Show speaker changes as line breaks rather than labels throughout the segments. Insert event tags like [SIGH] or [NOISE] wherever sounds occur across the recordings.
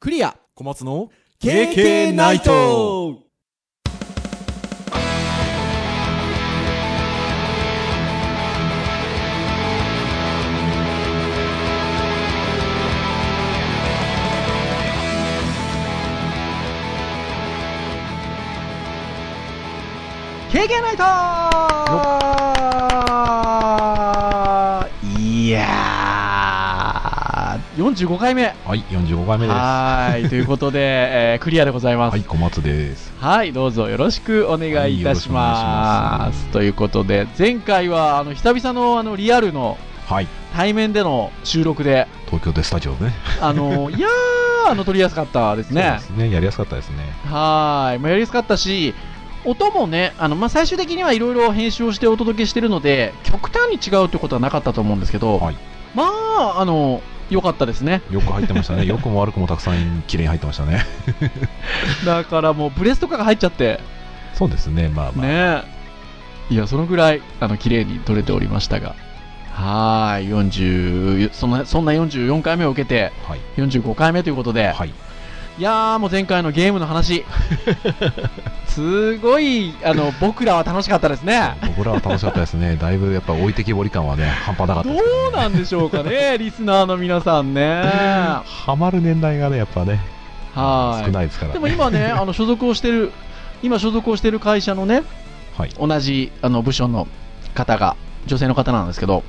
クリア
小松の
KK ナイト
経験ないといやー、45回目。
はい、45回目です。は、
はーい、ということで、えークリアでございます。はいい、
小松です。
どうぞよろしくお願いい
はいよろ
たしま
しくお願いし
す。ということで、前回は、あの、久々の、あの、リアルの
はい、
対面での収録で、
東京でスタジオね。[LAUGHS]
あの、いやー、あの、撮りやすかったですね。
そうですね、やりやすかったですね。
はーい、まあ、やりやすかったし、音もね、あのまあ、最終的にはいろいろ編集をしてお届けしてるので、極端に違うってことはなかったと思うんですけど、
はい
まあ、あの、良かったですね。
[LAUGHS] よく入ってました
[LAUGHS]
ね。良くも悪くもたくさん綺麗に入ってましたね。
だからもう、ブレスとかが入っちゃって、
そうですね、まあまあ。
ねいや、そのぐらい、あの、綺麗に撮れておりましたが、はーい、40、そんな、そんな44回目を受けて、
はい、
45回目ということで、
はい、
いやー、もう前回のゲーム
[LAUGHS]
の話、すごい、あの、僕らは楽しかったですね。
僕らは楽しかったですね。だいぶやっぱ置いてきぼり感はね、半端なかった
ど
ですけどね
うなんでしょうか
[LAUGHS]
ね、リスナーの皆さんね。は
ハマる年代がね、やっぱね、少
い。
ないですから、ね。
でも今
[LAUGHS]
ね、あの所属をしてる、今所属をしてる会社のね、
はい、
同じあの部署の方が、女性の方なんですけど、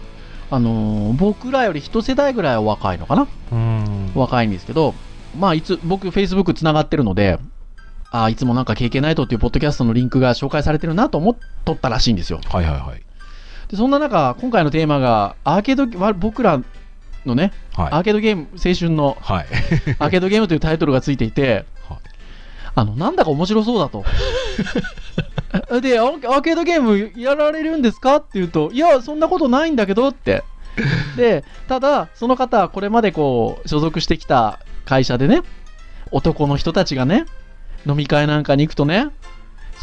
あのー僕らより一世代ぐらいは若いのかな
うーん。
若いんですけど、まあ、いつ、僕、Facebook つながってるので、あーいつもなんか経験ないとっていうポッドキャストのリンクが紹介されてるなと思っとったらしいんですよ。
はいはいはい。
で、そんな中、今回のテーマが、アーケード、わ僕らのね、ア
は
ーケードゲーム、青春の
い。はい。
アーケードゲームというタイトルがついていて
はい、
あの、なんだか面白そうだと。で、アーアーケードゲームやられるんですかって言うと、いや、そんなことないんだけどって。で、ただ、その方、これまでこう、所属してきた会社でね、男の人たちがね、飲み会なんかに行くとね、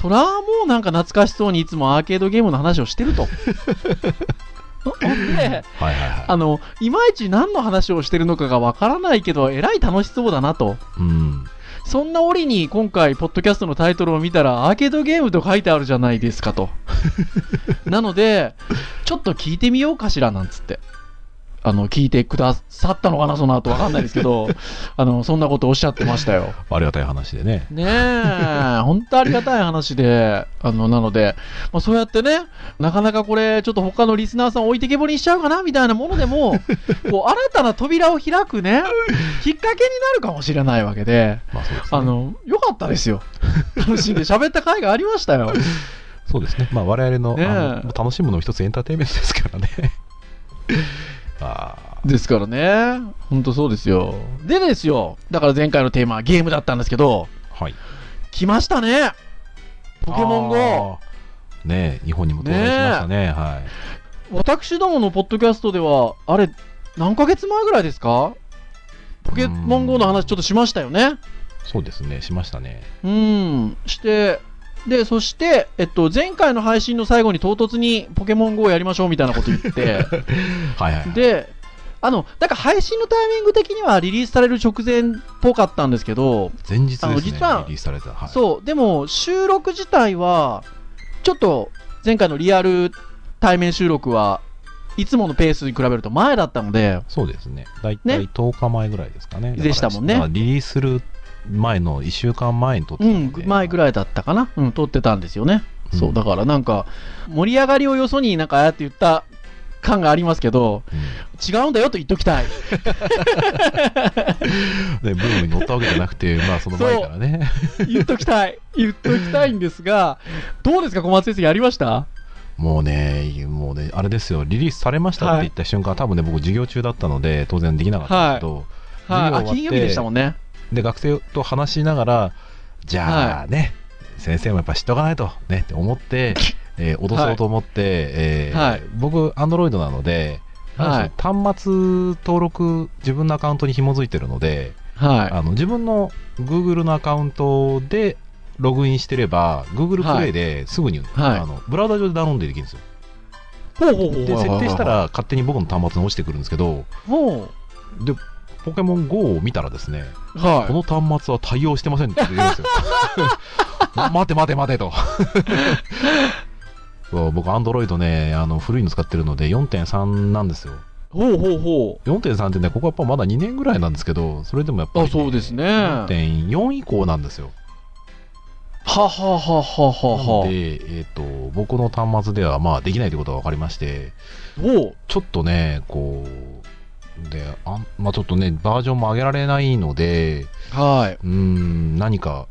そらもうなんか懐かしそうにいつもアーケードゲームの話をしてると。ほんで、
はいはいは
あの、いまいち何の話をしてるのかがわからないけど、えらい楽しそうだなと。
い。うん。
そんな折に今回、ポッドキャストのタイトルを見たら、アーケードゲームと書いてあるじゃないですかと。なので、ちょっと聞いてみようかしらなんつって。あの、聞いてくださったのかな、その後わかんないですけど、あの、そんなことおっしゃってましたよ。
ありがたい話でね。
ねえ、本当ありがたい話で、あの、なので、まあ、そうやってね、なかなかこれ、ちょっと他のリスナーさん置いてけぼりにしちゃうかな、みたいなものでも、こう、新たな扉を開くね、きっかけになるかもしれないわけで、
まあそうですね。
あの、良かったですよ。 [LAUGHS] 楽しんで喋った回がありましたよ。
そうですね。まあ我々の,、
ねえ
あの楽しむのも一つエンターテインメントですからね。 [LAUGHS] ああ。
ですからね、本当そうですよ。でですよ、だから前回のテーマはゲームだったんですけど、
はい。
来ましたねポケモン GO!
あー。ねえ、日本にも到来しましたね。は
私どものポッドキャストでは、あれ、何ヶ月前ぐらいですかポケモン GO の話ちょっとしましたよね。
い。そうですね、しましたね。
うん、して、で、そして、えっと、前回の配信の最後に唐突にポケモン GO やりましょうみたいなこと言って、
はいはいはい。
で、あの、なんか配信のタイミング的にはリリースされる直前っぽかったんですけど、
前日です
あの
ね、
実は
リリースされた。はい、
そう、でも収録自体は、ちょっと前回のリアル対面収録はいつものペースに比べると前だったので、
そうですね。だいたい
ね
10日前ぐらいですかね。だから
でしたもんね
だからリリースする前の1週間前に撮って
う
たの
ん
で、、
前ぐ
らい。
らいだったかな、うん、撮ってたんですよね。
うん
そう、だからなんか、盛り上がりをよそになんかああやって言った感がありますけど、違うんだよと言っときたい。
で、ブームに乗ったわけじゃなくて、まあその前からね。
言っときたい。言っときたいんですが、どうですか、小松先生、やりました
もうね、もうね、あれですよ、リリースされましたって言った瞬間、多分ね、僕、授業中だったので、当然できなかったんですけど、
はい、あ
授業終わって
金曜日でしたもんね。
で、学生と話しながら、じゃあね、先生もやっぱ知っとかないと、ね、って思
[LAUGHS]
って、えー脅そうと思って、えー
はい
僕、アンドロイドなので、
は
なんでしょう端末登録、自分のアカウントに紐づいてるので、
い。はい。
あの自分の Google のアカウントでログインしてれば、Google プレイですぐに、
はい
あのブラウザ上でダウンロードできるんですよ。
ほうほうほう
で設定したら勝手に僕の端末に落ちてくるんですけど
ほう。
でポケモン GO を見たらですね、こ
は
の端末は対応してませんって言うん
[LAUGHS]
ですよ。ま待て待て待てと。 [LAUGHS] そう僕、アンドロイドね、あの古いの使ってるので4.3なんですよ。
い。ほうほうほ
4.3ってね、ここはやっぱまだ2年ぐらいなんですけど、それでもやっぱ
う。
り、
あ、そうですね。は
4.4以降なんですよ。
ははははは
なの。
は
で、えっ、と、僕の端末ではまあできないということが分かりまして、
ほう。
ちょっとね、こう、で、あんまあちょっとね、バージョンも上げられないので、
は
うーん、何か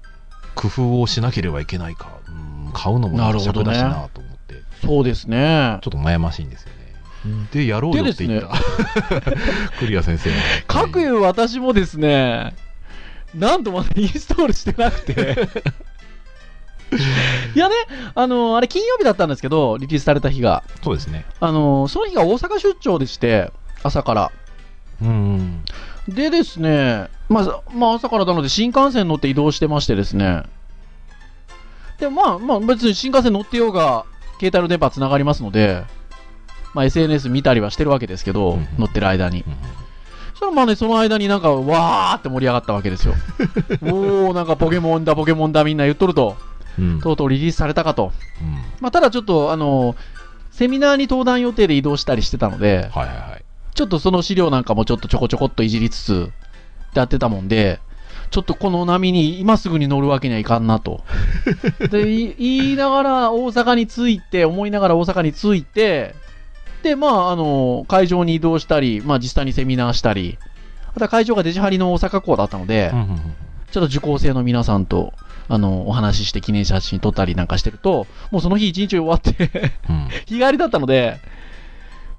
工夫をしなければいけないか、うーん買うのも
なるほ
尺
どね
だしなと思って、ち
い。そうですね。
ょっと悩ましいんですよね。で、やろうよって言った。クリア先生。
かくいう私もですね、なんとまだインストールしてな
[LAUGHS]
くて。いやね、あのあれ金曜日だったんですけど、リリースされた日が。
そうですね。
あのその日が大阪出張でして、朝から。
うん。
でですね、まあ、まあ、朝からなので新幹線乗って移動してましてですね。でまあ、まあ、別に新幹線乗ってようが、携帯の電波つながりますので、まあ、SNS 見たりはしてるわけですけど、
うんうん
乗ってる間に。
うん
そしたらまあね、その間になんか、わーって盛り上がったわ
[LAUGHS]
けですよ。おー、なんかポケモンだ、ポケモンだ、みんな言っとると、
うん。
とうとうリリースされたかと。
うん
まあ、ただちょっと、あのセミナーに登壇予定で移動したりしてたので、
はいはいはい。
ちょっとその資料なんかもちょっとちょこちょこっといじりつつ、やってたもんで、ちょっとこの波に今すぐに乗るわけにはいかん
[LAUGHS]
なと。で、い言いながら大阪に着いて、思いながら大阪に着いて、で、まあ、あの、会場に移動したり、まあ、実際にセミナーしたり、あとは会場がデジハリの大阪港だったので、
うんうんうん
ちょっと受講生の皆さんと、あの、お話しして記念写真撮ったりなんかしてると、もうその日一日終わって、
うん
日帰りだったので、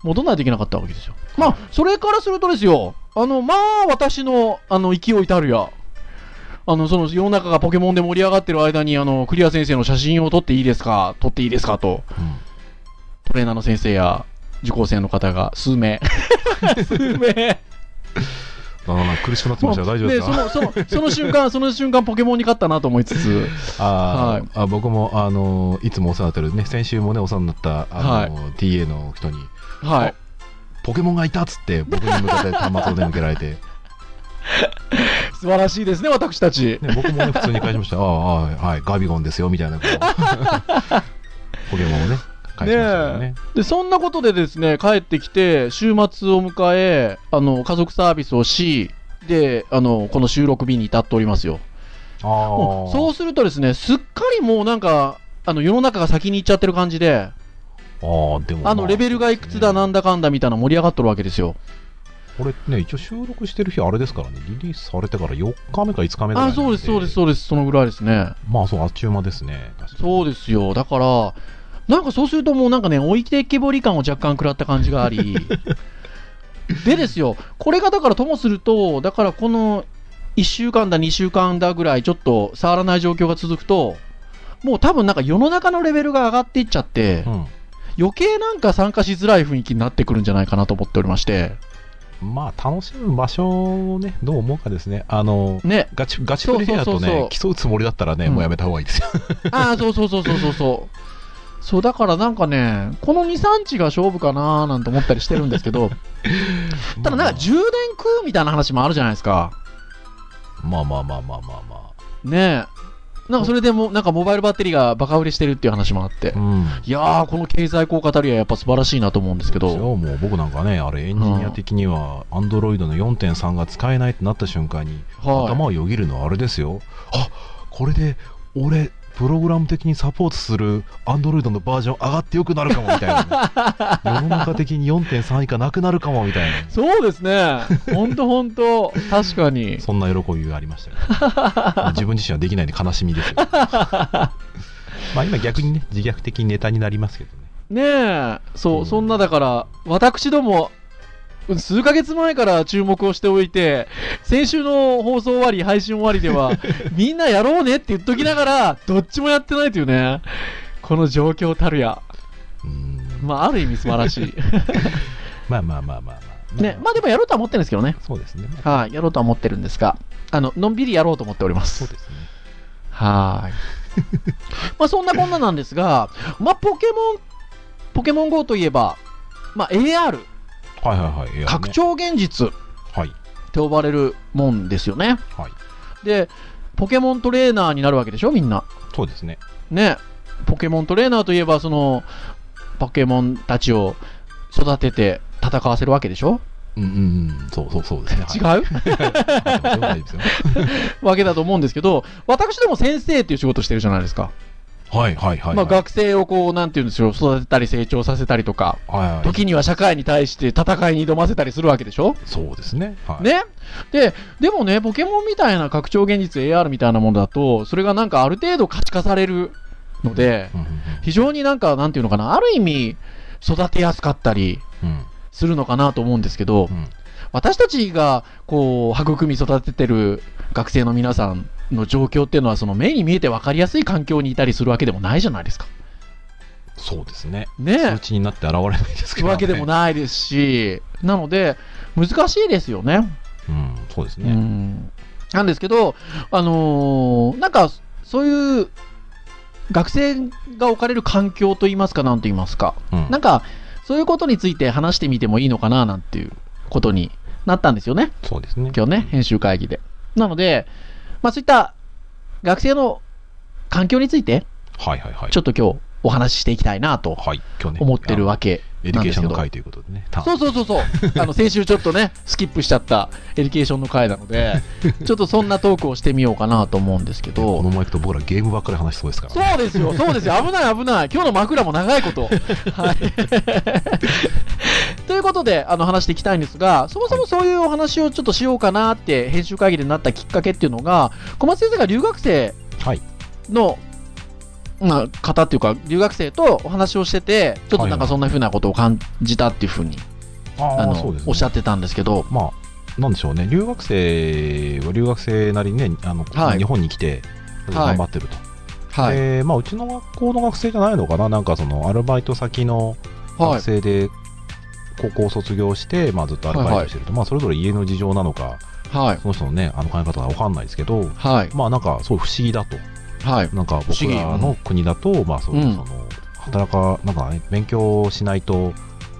戻らないといけなかったわけですよ。まあ、それからするとですよ、あの、まあ、私の、あの、勢いたるや、あの、その、世の中がポケモンで盛り上がってる間に、あの、クリア先生の写真を撮っていいですか、撮っていいですかと、トレーナーの先生や、受講生の方が
[LAUGHS]
数名。数名。
うんあー苦しくなってましたよ。大丈夫ですか
ねその、その、その瞬間、その瞬間、ポケモンに勝ったなと思いつつ、
あ
はい
ーあ僕も、あのーいつもお世話になってるね、先週もね、お世話になった、あのー TA の人に、 [LAUGHS]
はい。
ポケモンがいたっつって、僕に向かって端末を出向けられて、
素晴らしいですね、私たち。
ね、僕もね、普通に返しました。ああ、はい、はい、ガビゴンですよ、みたいなこ
[LAUGHS]
うポケモンをね、返しましたよね。
でそんなことでですね帰ってきて週末を迎えあの家族サービスをしであのこの収録日に至っておりますよ
ああ、
もうそうするとですねすっかりもうなんかあの世の中が先に行っちゃってる感じで
ああ、でも、
あのレベルがいくつだなん
だ。
だかんだみたいな盛り上がっとるわけですよ
これね、一応収録してる日、あれですからね、リリースされてから4日目か5日目ぐらい
あそうですそうです
う
そうですそのぐらいですね
まあ、そう、あっちゅう間ですね。確かに
そうですよだからなんかそうするともうなんかね置いてけぼり感を若干食らった感じがありでですよこれがだからともするとだからこの1週間だ2週間だぐらいちょっと触らない状況が続くともう多分なんか世の中のレベルが上がっていっちゃって余計なんか参加しづらい雰囲気になってくるんじゃないかなと思っておりまして
うん。まあ、楽しむ場所をね、どう思うかですね。あの、
ね
ガチガチプレイヤーとね
そうそうそうそう
競うつもりだったらね、
うん
もうやめた方がいいですよ。
ああ、そうそうそうそうそうそう。そうだからなんかね、この2、3日が勝負かなーなんて思ったりしてるんですけど、ただなんか充電食うみたいな話もあるじゃないですか。
[LAUGHS] まあまあまあまあまあま
ねえ。なんかそれでも、なんかモバイルバッテリーがバカ売れしてるっていう話もあって
あ。。うん。
いやー、この経済効果たりはやっぱ素晴らしいなと思うんですけ
そう
ど。
よもう僕なんかね、あれ、エンジニア的には、アンドロイドの4.3が使えないってなった瞬間に、
は
頭をよぎるのはあれですよ、あこれで俺、プログラム的にサポートするアンドロイドのバージョン上がってよくなるかもみたいな、 [LAUGHS] 世の中的に4.3以下なくなるかもみたい
い。そうです [LAUGHS] ね。ほんとほんと。確かに
な、。そんな喜びがありましたよ、 [LAUGHS] 自分自身はできないで悲しみです [LAUGHS] よ。まあ今、逆にね、自虐的にネタになりますけどね。
ねえ。そう、
うん
そんなだから、私ども、数ヶ月前から注目をしておいて、先週の放送終わり、配信終わりで [LAUGHS] は、みんなやろうねって言っときながら、どっちもやってないというね、この状況たるや。
うん
まあ、ある意味素晴らしい。
まあまあまあまあまあ。
[LAUGHS] ね、まあでもやろうとは思ってるんですけどね。
そうですね。まあ
はい、やろうとは思ってるんですが、あの、のんびりやろうと思っておりま
そう
す。
ですね。
はい。 [LAUGHS] まあそんなこんななんですが、まあポケモン、ポケモン GO といえば、まあ AR、
はいはいはい。いやね
拡張現実、
はい。
って呼ばれるもんですよね。
はい
で、ポケモントレーナーになるわけでしょ、みんな。
そうですね
ね、ポケモントレーナーといえば、その、ポケモンたちを育てて戦わせるわけでしょ、
うんうんうんそうそうそうですね、はい、
[LAUGHS] 違
う
う
大丈夫ですよ
わけだと思うんですけど、私でも先生っていう仕事してるじゃないですか。
はいはいはい、
まあ、学生をこう、なんていうんですよ、育てたり成長させたりとか、
はいはい、
時には社会に対して戦いに挑ませたりするわけでしょ
そうですね,、はい、
ね、ででもね、ポケモンみたいな拡張現実 AR みたいなものだと、それがなんかある程度可視化されるので、
うんうん
非常になんか、なんていうのかな、ある意味、育てやすかったり
うん
するのかなと思うんですけど
う、ん
私たちがこう育み育ててる学生の皆さんの状況っていうのは、その目に見えて分かりやすい環境にいたりするわけでもないじゃないですか。
そうですね
ね
数値になって現れないですけど、ね、
わけでも
な
ないですし、なので、難しいですよね。
うんそうです
う
ね、
んなんですけど、あのーなんかそういう学生が置かれる環境といいますか、なんと言いますか、
うん
なんかそういうことについて話してみてもいいのかななんていうことになったんですよね、
そうですね
今日ね、編集会議で。なので、まあ、そういった学生の環境について、
はいはいはい
ちょっと今日お話ししていきたいなと
はい今日ね
思ってるわけ
あのエデ
な
ュ
ん
ケ
で
ー
す
ショ
け
ンの
ど。
会ということでね
そうそうそうそう。
[LAUGHS]
あの先週ちょっとね、スキップしちゃったエデュケーションの回なので、ちょっとそんなトークをしてみようかなと思うんですけ
この
ど。
前と僕らゲームばっかり話しそうですから、
そ
ね、
うで
[LAUGHS]
すよ、そうですよ、危ない、危ない、今日の枕も長い [LAUGHS] こと。はい、ということで、あの話していきたいんですが、そもそもそういうお話をちょっとしようかなって、編集会議でなったきっかけっていうのが、小松先生が留学生
はい
の、まあ、方っていうか、留学生とお話をしてて、ちょっとなんかそんなふうなことを感じたっていうふうに
あ
あ
の
の
そうです、ね、
おっしゃってたんですけど、
まあ、なんでしょうね、留学生は留学生なりにね、あの
はい
日本に来て
はい
頑張ってると、
はい、
でまあ、うちの学校の学生じゃないのかな、なんかそのアルバイト先の学生で高校を卒業して、まあ、ずっとアルバイトしてると、まあ、それぞれ家の事情なのか、
はい、
その人のね、あの考え方が分かんないですけど、
はい、
まあ、なんかそう不思議だと、
はい、
なんか僕ら
不思
の国だと、まあそう
うん
その働か、なんかね、勉強しないと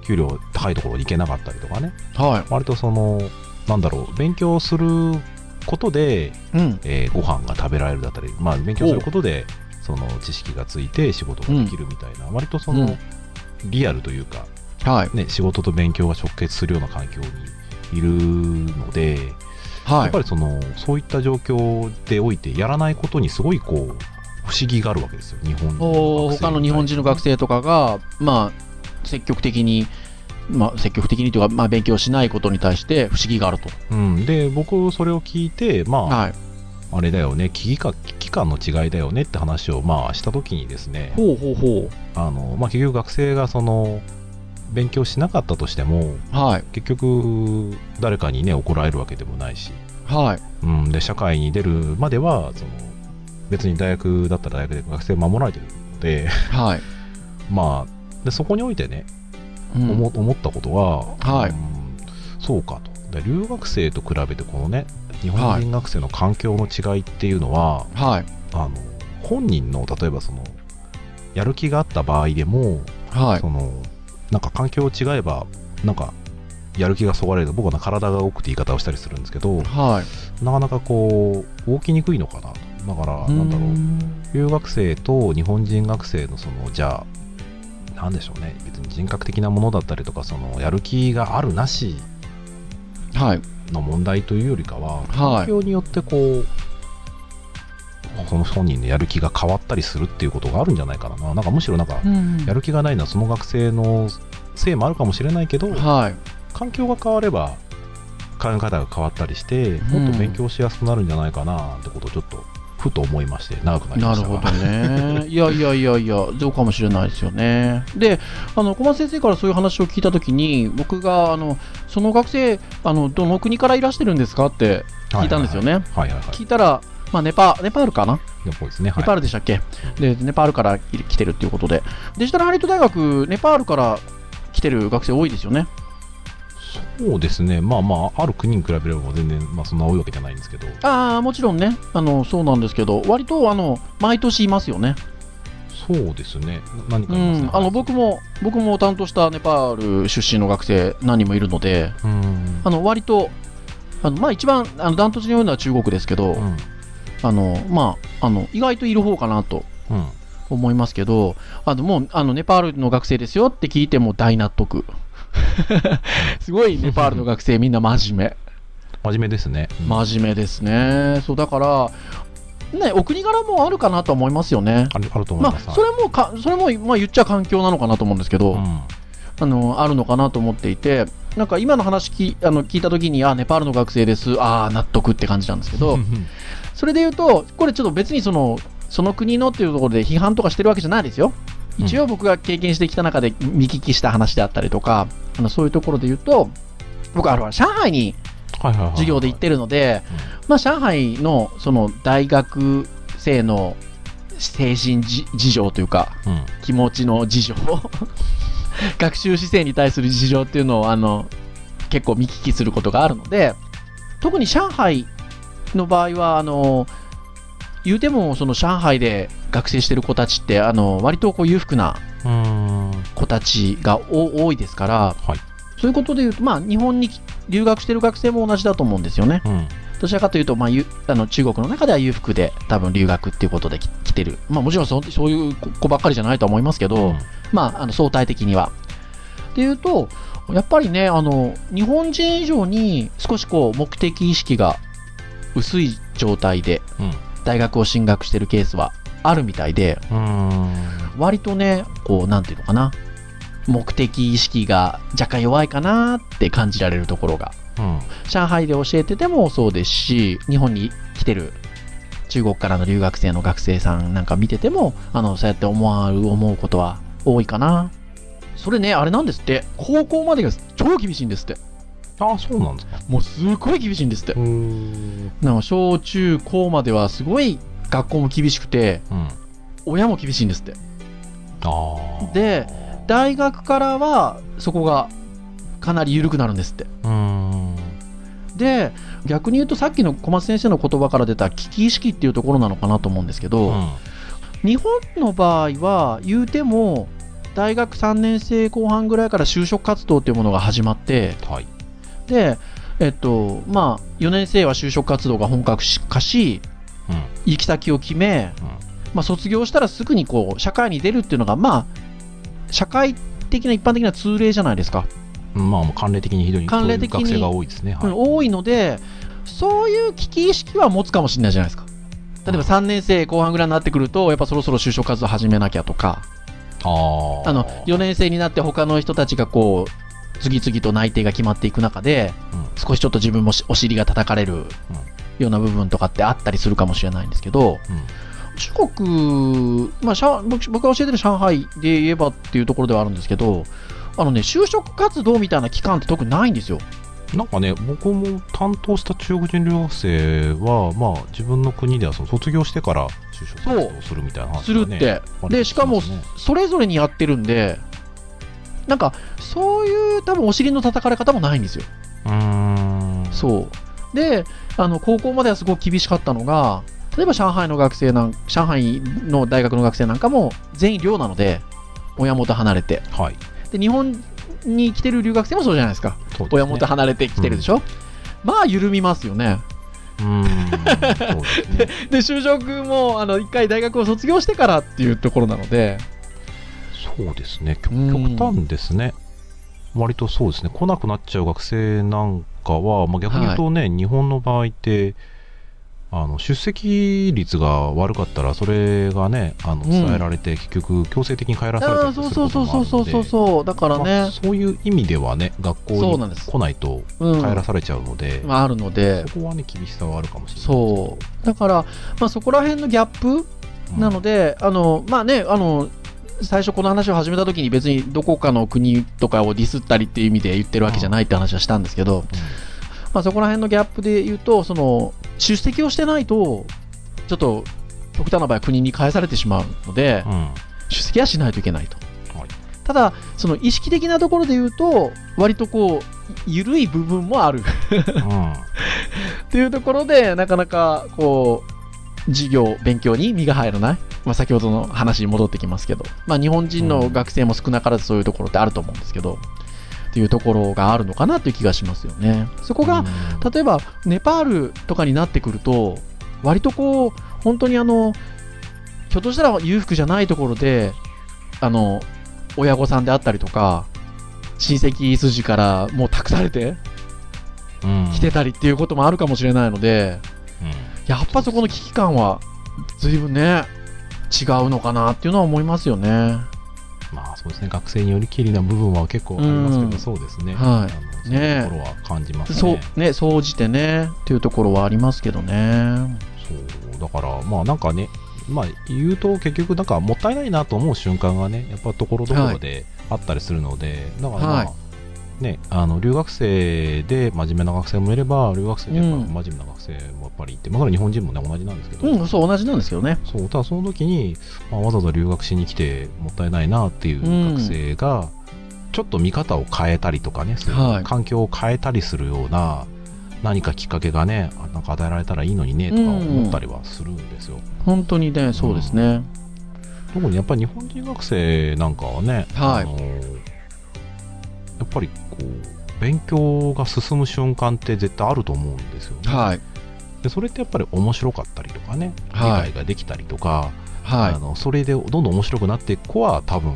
給料高いところに行けなかったりとかね。
は
割とそのなんだろう勉強することで、
い、うん、
えーご飯が食べられるだったり、まあ、勉強することでその知識がついて仕事ができるみたいな、割とその、
うん
リアルというか、
はい、
ね、仕事と勉強が直結するような環境にいるので、
は
やっぱ
い、
りそのそういった状況でおいてやらないことにすごいこう不思議があるわけですよ日本
おー
学生
他の日本人の学生とかが、まあ、積極的に、まあ、積極的にというか、まあ、勉強しないことに対して不思議があると。
うん、で僕それを聞いてまあ、
はい、
あれだよね危機か危機感の違いだよねって話をまあした時にですね
ほうほうほ
あの、まあ、結局学生がその勉強しなかったとしても
う。はい、
結局誰かにね怒られるわけでもないし、
はい、
うん、で社会に出るまではその別に大学だったら大学で学生守られてるので [LAUGHS]
はい。
まあでそこにおいてね
うん
思思ったことは、
はい
うんそうかとで留学生と比べてこのね日本人学生の環境の違いっていうのは、
はい、
あの本人の例えばそのやる気があった場合でも、
はい、
そのなんか環境違えばなんかやる気がそがれると僕はな体が動くって言い方をしたりするんですけど
はい。
なかなかこう動きにくいのかなとだからなんだろう留学生と日本人学生のそのじゃあなんでしょうね別に人格的なものだったりとかそのやる気があるなし
う。はい、
の問題というよりかは環
はい。
境によってこう、その本人のやる気が変わったりするっていうことがあるんじゃないかななんかむしろなんか
うん
やる気がないのはその学生のせいもあるかもしれないけど、
はい、
環境が変われば考え方が変わったりしてもっと勉強しやすくなるんじゃないかなってことをちょっとふと思いまして長くなりま
な
し
る
た
ほ
が
ど
[LAUGHS]
ね。いやいやいやいや、そうかもしれないですよね。で、あの小松先生からそういう話を聞いたときに、僕があのその学生あの、どの国からいらしてるんですかって聞いたんですよね。
はいはいはいはい
聞いたら、まあ、ネパネパールかな、
やっぱりですねはい
ネパールでしたっけ、で、ネパールから来てるっていうことで、デジタルハリウッド大学、ネパールから来てる学生多いですよね。
そうですねまあまあある国に比べれば全然、まあ、そんな多いわけじゃないんですけど
ああ、もちろんねあの、そうなんですけど、割とあの毎年いますよね。
そうですねな何か
う
ありますね
ん、あの僕も僕も担当したネパール出身の学生何人もいるので
うん
あの割とあのまあ、一番あのダントツに多いのは中国ですけど、
うん
あのまあ、あの意外といる方かなと
うん
思いますけど、あのもうあのネパールの学生ですよって聞いても大納得。 [LAUGHS] すごいネパールの学生、みんな真面
真面目ですね、
目、真面目ですね、そうだから、ね、お国柄もあるかなと思いますよね。
あるあると思い
ま
ます、
あ、それもかそれも、まあ、言っちゃ環境なのかなと思うんですけど、
うん
あのあるのかなと思っていて、なんか今の話きあの聞いたときに、あネパールの学生です、ああ、納得って感じなんですけど、それで言うと、これちょっと別にそのその国のっていうところで批判とかしてるわけじゃないですよ。
うん
一応僕が経験してきた中で見聞きした話であったりとか、あのそういうところで言うと、僕あの、上海に
はいはいはい
授業で行ってるので、まあ、上海のその大学生の精神じ事情というか、
うん
気持ちの事情 [LAUGHS] 学習姿勢に対する事情っていうのをあの結構見聞きすることがあるので特に上海の場合はあの言うてもその上海で学生してる子たちってあの割とこう裕福な
うーん
子たちがお多いですから、
はい
そういうことで言うと、まあ、日本に来留学してる学生も同じだと思うんですよね。
うん
どちらかというと、まあ、ゆあの中国の中では裕福で多分留学っていうことでき来てる、まあ、もちろんそそういう子ばっかりじゃないとは思いますけど、
うん
まあ、あの相対的には。っていうと、やっぱりね、あの日本人以上に少しこう目的意識が薄い状態で
うん
大学を進学してるケースはあるみたいで、
うーん
割とね、こう、なんていうのかな、目的意識が若干弱いかなって感じられるところが、
うん
上海で教えててもそうですし、日本に来てる中国からの留学生の学生さんなんか見てても、あのそうやって思わ思うことは多いかな。それね、あれなんですって、高校までが超厳しいんですって、
あそうなんですか
もうすごい厳しいんですって、
うん
なんか小中高まではすごい学校も厳しくて、親も厳しいんですって。
あー
で大学からはそこがかなり緩くなるんですって
うーん
で逆に言うとさっきの小松先生の言葉から出た危機意識っていうところなのかなと思うんですけど、
うん
日本の場合は言うても大学3年生後半ぐらいから就職活動っていうものが始まって
はい
でえっとまあ4年生は就職活動が本格化し
うん
行き先を決め、まあ、卒業したらすぐにこう社会に出るっていうのがまあ社会的な一般的な通例じゃないですか
うんまあもう慣例的に非常に
慣例的
そうい
に
う学生が多いですねはい
多いのでそういう危機意識は持つかもしれないじゃないですか例えば3年生後半ぐらいになってくるとやっぱそろそろ就職活動始めなきゃとか
あー
あの4年生になって他の人たちがこう次々と内定が決まっていく中で
うん
少しちょっと自分もしお尻が叩かれるような部分とかってあったりするかもしれないんですけど
うん
中国、まあ、上僕僕が教えてる上海で言えばっていうところではあるんですけどあのね就職活動みたいな期間って特にないんですよ。
なんかね僕も担当した中国人留学生は、まあ、自分の国ではその卒業してから就職活動をするみたいな
す
話
る
が
っ
ね、
て。
あれ
でしかも
しますね
それぞれにやってるんで、なんかそういう多分お尻の叩かれ方もないんですよ。
うーん
そうであの高校まではすごく厳しかったのが例えば上海の学生なん上海の大学の学生なんかも全員寮なので親元離れて
はい
で日本に来てる留学生もそうじゃないですか
そうですね
親元離れてきてるでしょ、まあ緩みますよね
うーんそうですね
で就職もあの1回大学を卒業してからっていうところなので
そうですね極
うん
極端ですね割とそうですね来なくなっちゃう学生なんかは、まあ、逆に言うとね、日本の場合ってあの出席率が悪かったらそれがねあの
うん
伝えられて、結局強制的に帰らされたり
あー
する
そ
こ
うそう
と
そう
もあ
そ
るので
うそうそうそうだから
まあ
ね、
そういう意味ではね学校
そう
に
なんです
来ないと
うん
帰らされちゃうので、
まあ、あるので
そこはね厳しさはあるかもしれない
そうだから、まあ、そこら辺のギャップなので、あのまあねあの最初この話を始めた時に別にどこかの国とかをディスったりっていう意味で言ってるわけじゃないって話はしたんですけど、まあ、そこら辺のギャップで言うとその出席をしてないとちょっと極端な場合は国に返されてしまうので、
うん、うん
出席はしないといけないと、
はい
ただその意識的なところで言うと割とこうゆ緩い部分もある
うん
っていうところでなかなかこう授業勉強に身が入らない、まあ、先ほどの話に戻ってきますけど、まあ、日本人の学生も少なからずそういうところってあると思うんですけど、っていうところがあるのかなという気がしますよね。そこが、
例
例えばネパールとかになってくると割とこう本当にあのひょっとしたら裕福じゃないところであの親御さんであったりとか親戚筋からもう託されて
え
来てたりっていうこともあるかもしれないのでやっぱそこの危機感は随分ね違うのかなっていうのは思いますよね。
まあそうですね学生によりきりな部分は結構ありますけど、
うん
そうですね、
はい
あのそう
ね
い
え
うところは感じますね
そうね、総じてねっていうところはありますけどね。
そうだからまあなんかねまあ言うと結局なんかもったいないなと思う瞬間がねやっぱところどころであったりするので、だからまあ、
はい
ね、あの留学生で真面目な学生もいれば留学生でやっぱ
うん
真面目な学生もやっぱりいて、まあそれは日本人もね同じなんですけど、
うん、そう同じなんですけどね。
そうただその時に、まあ、わざわざ留学しに来てもったいないなっていう学生が、ちょっと見方を変えたりとかね、そういう
はい
環境を変えたりするような何かきっかけがねあなんか与えられたらいいのにねとか思ったりはするんですよ、
本当にね、そうですね。
特にやっぱり日本人学生なんかはね、
はい
あのーやっぱりこう勉強が進む瞬間って絶対あると思うんですよね、
はい。
でそれってやっぱり面白かったりとかね理
はい
解ができたりとか、
はい
あ。のそれでどんどん面白くなっていく子は多分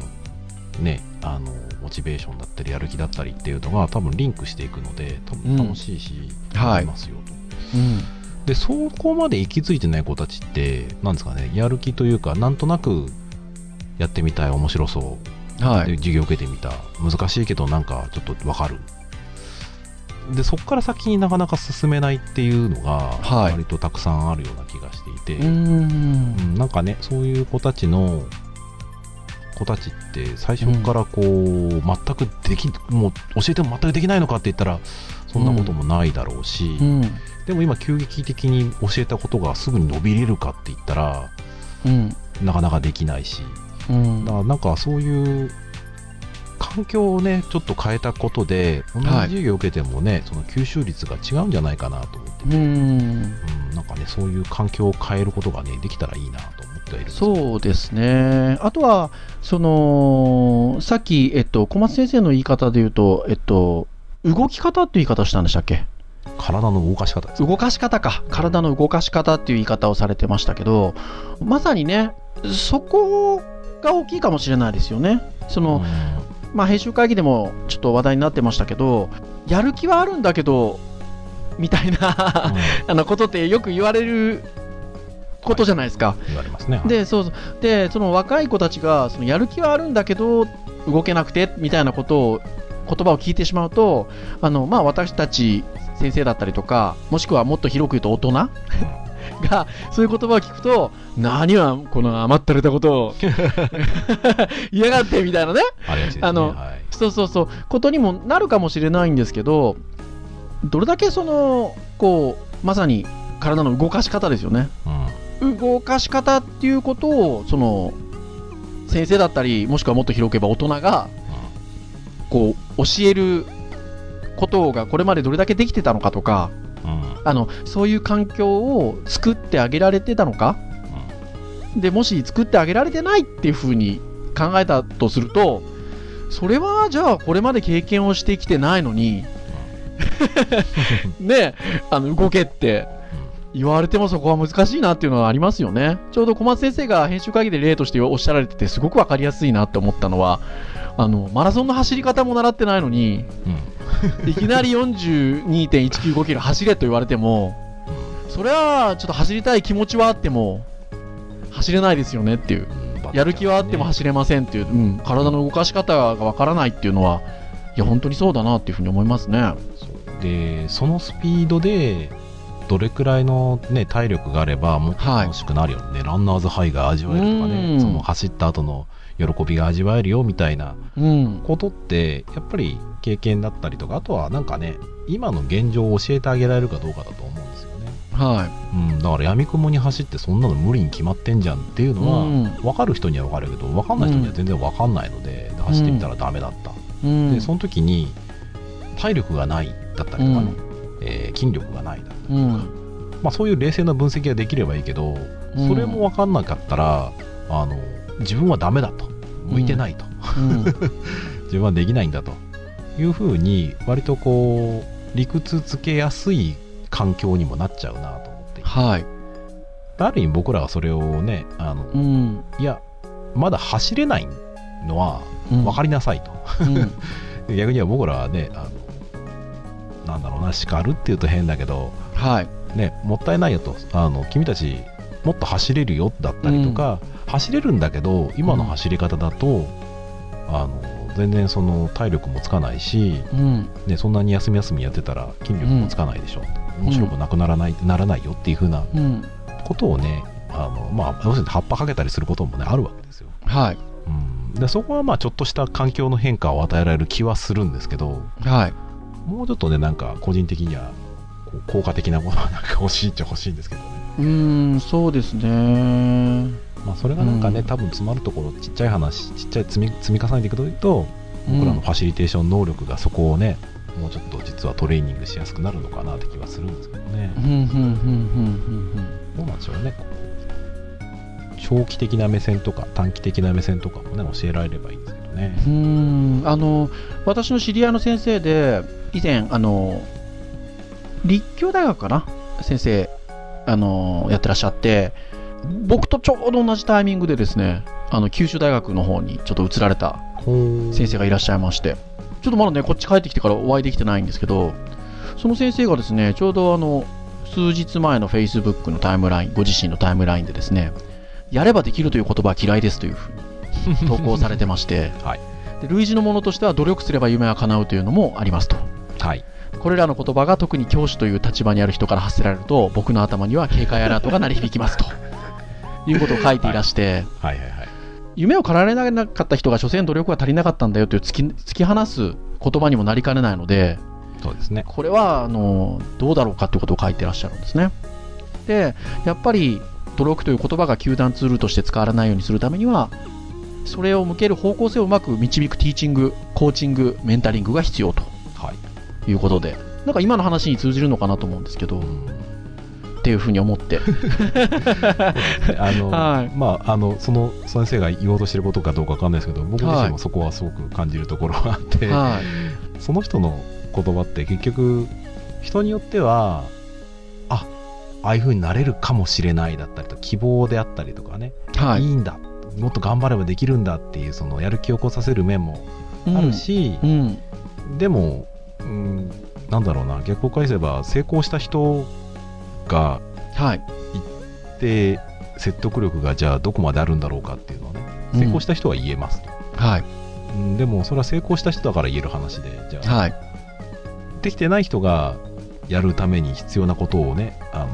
ねあのモチベーションだったりやる気だったりっていうのが多分リンクしていくので多分楽しいし、
うんはい
ありますよと。
うん
でそこまで行き着いてない子たちってなんですかねやる気というかなんとなくやってみたい面白そう
は
で
い。
授業受けてみた難しいけどなんかちょっとわかるでそこから先になかなか進めないっていうのが
はい
割とたくさんあるような気がしていて、
うーん
う。ん、なんかねそういう子たちの子たちって最初からこう、全くできもう教えても全くできないのかって言ったらそんなこともないだろうし、
うん。
でも今急激的に教えたことがすぐに伸びれるかって言ったら
うん。
なかなかできないし
うん
だからなんかそういう環境をねちょっと変えたことで同じ
はい
授業を受けてもね、その吸収率が違うんじゃないかなと思って、
うん。
うん、なんかねそういう環境を変えることがねできたらいいなと思ってはいるんですけど
そうですね。あとは、その、さっき、えっと、小松先生の言い方で言うと、えっと、動き方っていう言い方をしたんでしたっけ
体の動かし方ですね
動かし方か体の動かし方っていう言い方をされてましたけどまさにねそこが大きいかもしれないですよねその、まあ、編集会議でもちょっと話題になってましたけどやる気はあるんだけどみたいな [LAUGHS] あのことってよく言われることじゃないですか、
言われますね。
でそうそうでその若い子たちがそのやる気はあるんだけど動けなくてみたいなことを言葉を聞いてしまうとあの、まあ、私たち先生だったりとかもしくはもっと広く言うと大人 [LAUGHS] がそういう言葉を聞くと何はこの甘ったれたことを [LAUGHS] 嫌がってみたいなね
ありがちですね。
あの
はい
そうそうそうことにもなるかもしれないんですけどどれだけそのこうまさに体の動かし方ですよね
うん
動かし方っていうことをその先生だったりもしくはもっと広ければ大人がこう教えることがこれまでどれだけできてたのかとか
うんうん
あのそういう環境を作ってあげられてたのかでもし作ってあげられてないっていうふうに考えたとするとそれはじゃあこれまで経験をしてきてないのにねあの動けって言われてもそこは難しいなっていうのはありますよねちょうど小松先生が編集会議で例としておっしゃられててすごく分かりやすいなって思ったのはあのマラソンの走り方も習ってないのに
うん
いきなり42.195キロ走れと言われてもそれはちょっと走りたい気持ちはあっても走れないですよねっていう
うんうん
やる気はあっても走れませんっていう、うん、体の動かし方がわからないっていうのはいや本当にそうだなっていうふうに思いますね
そうでそのスピードでどれくらいの、ね、体力があればもっと楽しくなるよね、ランナーズハイが味わえるとか
う
ね
ん
その走った後の喜びが味わえるよみたいな
うん
ことってやっぱり経験だったりとかあとはなんかね今の現状を教えてあげられるかどうかだと思うんですよね。
は
うん、だから闇雲に走ってそんなの無理に決まってんじゃんっていうのは、
うん
分かる人には分かるけど分かんない人には全然分かんないので、で走ってみたらダメだった、
い、うん、
でその時に体力がないだったりとかね、えー筋力がないだったりとか、
うん
まあ、そういう冷静な分析ができればいいけど
うん
それも分かんなかったらあの自分はダメだと向いてないと、
うん
自分はできないんだというふうに割とこう理屈つけやすい環境にもなっちゃうなと思っていて
はい。
ある意味僕らはそれをねあの
うん。
いやまだ走れないのは分かりなさいと、
り、うん、
逆には僕らはねあのなんだろうな叱るっていうと変だけど
はい。
ね、もったいないよとあの君たちもっと走れるよだったりとか、走れるんだけど今の走り方だと、あの全然その体力もつかないし、
うん。
ね、そんなに休み休みやってたら筋力もつかないでしょ、面白くなくならないならないよっていうふうな
うん。
ことをねあの、まあ、要するに葉っぱかけたりすることも、ね、あるわけですよ。
はい。
うん、でそこはまあちょっとした環境の変化を与えられる気はするんですけど
はい。
もうちょっとねなんか個人的にはこう効果的なものはなんか欲しいっちゃ欲しいんですけどね。
うーん、そうですね。
まあ、それがなんかね、
うん
多分詰まるところちっちゃい話ちっちゃい積み積み重ねていくと
うん
僕らのファシリテーション能力がそこをね、もうちょっと実はトレーニングしやすくなるのかなって気はするんですけどね
うん、う、ん、うん、うん、うん
どうなんでしょうねこう長期的な目線とか短期的な目線とかもね教えられればいいんですけどね
う、ん。うーん、あの、私の知り合いの先生で、以前、あの、立教大学かな先生、あの、やってらっしゃって、僕とちょうど同じタイミングでですね、あの、九州大学の方にちょっと移られた先生がいらっしゃいましてちょっとまだねこっち帰ってきてからお会いできてないんですけどその先生がですねちょうどあの数日前の Facebook のタイムラインご自身のタイムラインでですねやればできるという言葉は嫌いですというふうに投稿されてまして、
はい
で類似のものとしては努力すれば夢は叶うというのもありますと
はい
これらの言葉が特に教師という立場にある人から発せられると僕の頭には警戒アラートが鳴り響きますということを書いていらして、
はいはいはい
夢を叶えられなかった人が所詮努力が足りなかったんだよという突き突き放す言葉にもなりかねないので
そうですね
これはあのどうだろうかということを書いてらっしゃるんですねでやっぱり努力という言葉が球団ツールとして使われないようにするためにはそれを向ける方向性をうまく導くティーチングコーチングメンタリングが必要と
はい、
いうことでなんか今の話に通じるのかなと思うんですけど
うん
っていうふうに
[LAUGHS]
思って
で [LAUGHS] あの、
はい
まああのその先生が言おうとしてることかどうかわかんないですけど僕自
は
身
い
もそこはすごく感じるところがあって、
はい
その人の言葉って結局人によってはあああいう風になれるかもしれないだったりと希望であったりとかね、、
はいい
いんだもっと頑張ればできるんだっていうそのやる気を起こさせる面もあるし
う、ん、うん
でも、うん、なんだろうな逆を返せば成功した人が
はい
で説得力がじゃあどこまであるんだろうかっていうのはね
うん
成功した人は言えますと、
はい
うんでもそれは成功した人だから言える話でじゃあ
はい
できてない人がやるために必要なことをねあの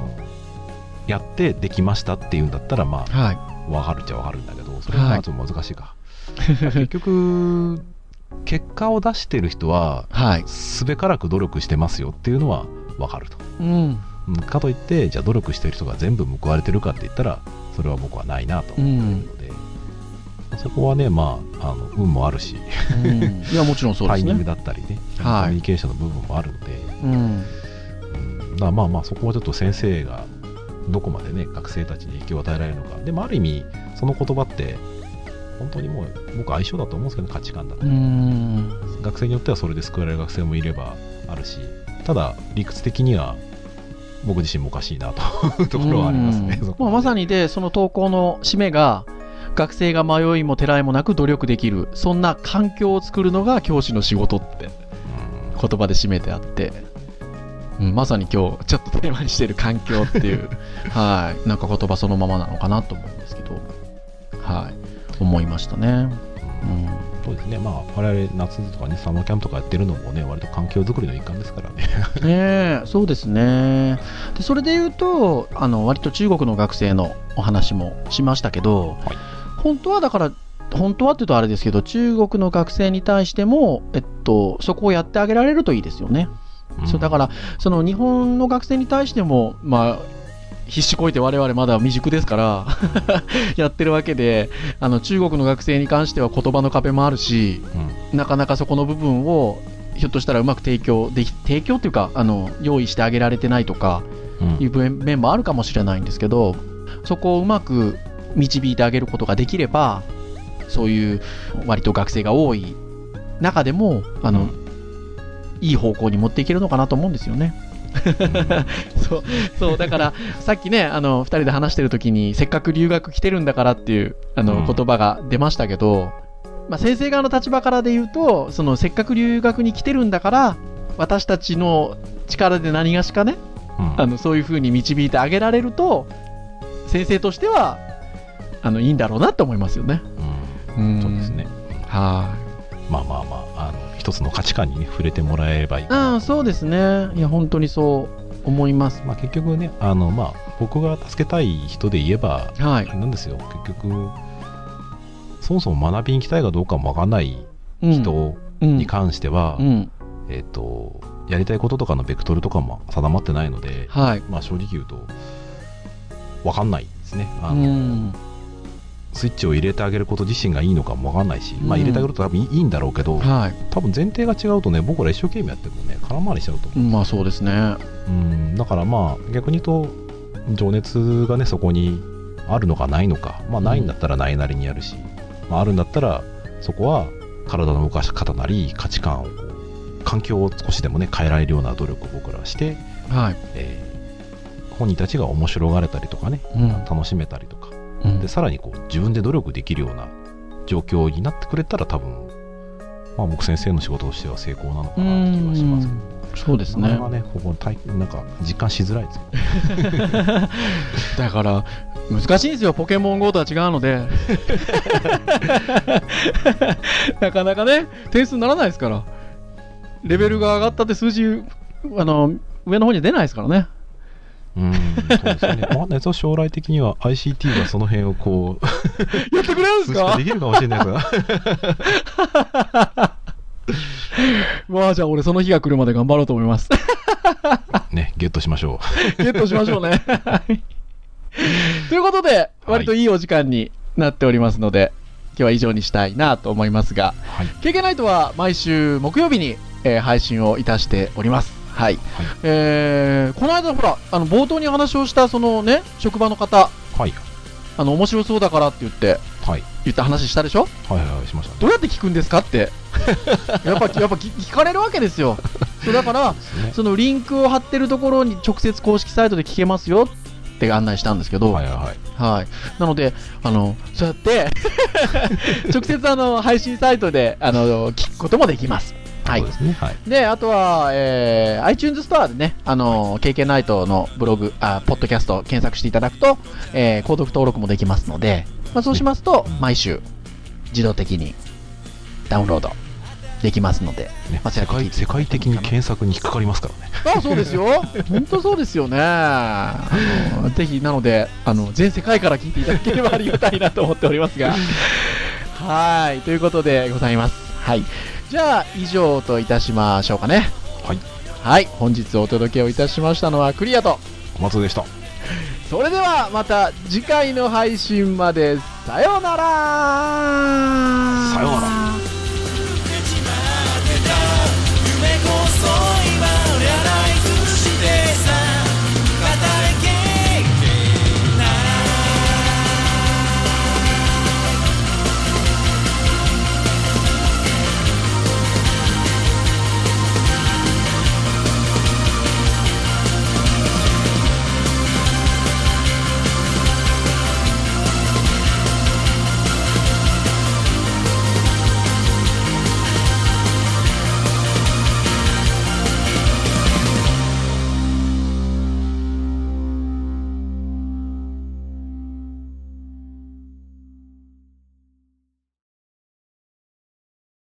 やってできましたっていうんだったらま
はい
あ分かるっちゃ分かるんだけどそれは
は
ま
い
あちょっと難しいか、 [LAUGHS] 結局結果を出してる人は
はい
すべからく努力してますよっていうのは分かると、
うん
うんかといってじゃあ努力してる人が全部報われてるかって言ったらそれは僕はないなと思っているので、そこはねまああの運もあるし、
うんいやもちろんそう
タ
で
イ
す
ミン
ね
グ。だったりね、
はい
コミュニケーションの部分もあるので、
うん、
うんだからまあまあそこはちょっと先生がどこまでね学生たちに影響を与えられるのかでもある意味その言葉って本当にもう僕相性だと思うんですけどね価値観だと、
うん、
学生によってはそれで救われる学生もいればあるしただ理屈的には僕自身もおかしいなと [LAUGHS] いうところはありますね、
うん
そこ
ま
は
あ
ね
まさにでその投稿の締めが学生が迷いもてらいもなく努力できるそんな環境を作るのが教師の仕事って
うん
言葉で締めてあって、うん、まさに今日ちょっとテーマにしてる環境って
[LAUGHS]
いうはいなんか言葉そのままなのかなと思うんですけどはい思いましたね。うん
そうですねまあ我々夏とかねサマーキャンプとかやってるのもね割と環境づくりの一環ですからね
ねえそうですねでそれで言うとあの割と中国の学生のお話もしましたけど、
はい
本当はだから本当はっていうとあれですけど中国の学生に対しても、えっと、そこをやってあげられるといいですよね、そうだからその日本の学生に対してもまあ必死こいて我々まだ未熟ですから [LAUGHS] やってるわけであの中国の学生に関しては言葉の壁もあるし
うん、
なかなかそこの部分をひょっとしたらうまく提供でき提供っていうかあの用意してあげられてないとか
うん
いう面面もあるかもしれないんですけどそこをうまく導いてあげることができればそういう割と学生が多い中でもあの、
う
いい方向に持っていけるのかなと思うんですよね。 [LAUGHS] そうそうだからさっきねあの2人で話してる時にせっかく留学来てるんだからっていうあの、
うん
言葉が出ましたけど、まあ、先生側の立場からで言うとそのせっかく留学に来てるんだから私たちの力で何がしかね
うん
あのそういう風に導いてあげられると先生としてはあのいいんだろうなって思いますよね。
うんそうですね。
は
まあまあまああの一つの価値観に、ね、触れてもらえればいい
い。
か
う、
なん
そうですね。いや本当にそう思います。
まあ、結局ねあの、まあ、僕が助けたい人で言えば
は
あ
い。
れなんですよ結局そもそも学びに行きたいかどうかもわかんない
うん
人に関しては、
うん、うん、
えっ、とやりたいこととかのベクトルとかも定まってないので、
はい。
まあ正直言うとわかんないですねあ
う
の、
ん、
スイッチを入れてあげること自身がいいのかもわかんないし、まあ
うん
入れてあげると多分いいいいんだろうけど、
はい。
多分前提が違うとね僕ら一生懸命やってもね空回りしちゃうと思
まあそうですね。
う、うん、だからまあ逆に言うと情熱がねそこにあるのかないのかまあないんだったらないなりにやるし、まあ、あるんだったらそこは体の動かし方なり価値観を環境を少しでもね変えられるような努力を僕らはして、
はい。
えー本人たちが面白がれたりとかね
うん
楽しめたりとか
うん
でさらにこう自分で努力できるような状況になってくれたら多分、まあ、僕先生の仕事としては成功なのか
う
なって気はしますけ
ん、そうです
ど、なか
ね
な。かね、ここ体なんか実感しづらいですけど、
だから難しいんですよポケモン GO とは違うので [LAUGHS] なかなかね点数にならないですからレベルが上がったって数字あの上の方には出ないですからね
うん、そうですね、まあ、ね、将来的には ICT がその辺をこう、
やってくれるん
数
です
値化
か
できるかもしれないから、 [LAUGHS]
わあじゃあ俺その日が来るまで頑張ろうと思います
ね、ゲットしましょ
ゲットしましょうねはいということで割といいお時間になっておりますので、今日は以上にしたいなと思いますが
う。はい、
KK ナイトは毎週木曜日に、えー配信をいたしております。はい。
い
えーこの間、ほら、あの、冒頭に話をした、そのね、職場の方、
はい、
あの、面白そうだからって言って、
はい、
言った話したでしょ
はい、はい、しましたね。
どうやって聞くんですか [LAUGHS] って。やっぱ、やっぱ聞聞かれるわけですよ。そう、だから、
ね
そのリンクを貼ってるところに直接公式サイトで聞けますよって案内したんですけど、
はい、はい、はい、
はい、なのであの、そうやって [LAUGHS] 直接あの配信サイトであの聞くこともできます。は
そ、
いう
ですね、はい、
であとは、えー iTunes ストアでね、あの KK ナイトのブログあ、ポッドキャスト検索していただくと、えー、購読登録もできますので、まあ、そうしますと、毎週、自動的にダウンロードできますので、
ね、世
まあそうや
界、
って聞いて
世界的に検索に引っかかりますからね。
あそうですよ、 [LAUGHS] 本当そうですよね、あのぜひ、なのであの、全世界から聞いていただければありがたいなと思っております [LAUGHS] が、はい、ということでございます。はい、じゃあ、以上といたしましょうかね。
はい、
はい、本日お届けをいたしましたのはクリアと、
小松でした。
それではまた次回の配信まで、さようなら
さようなら。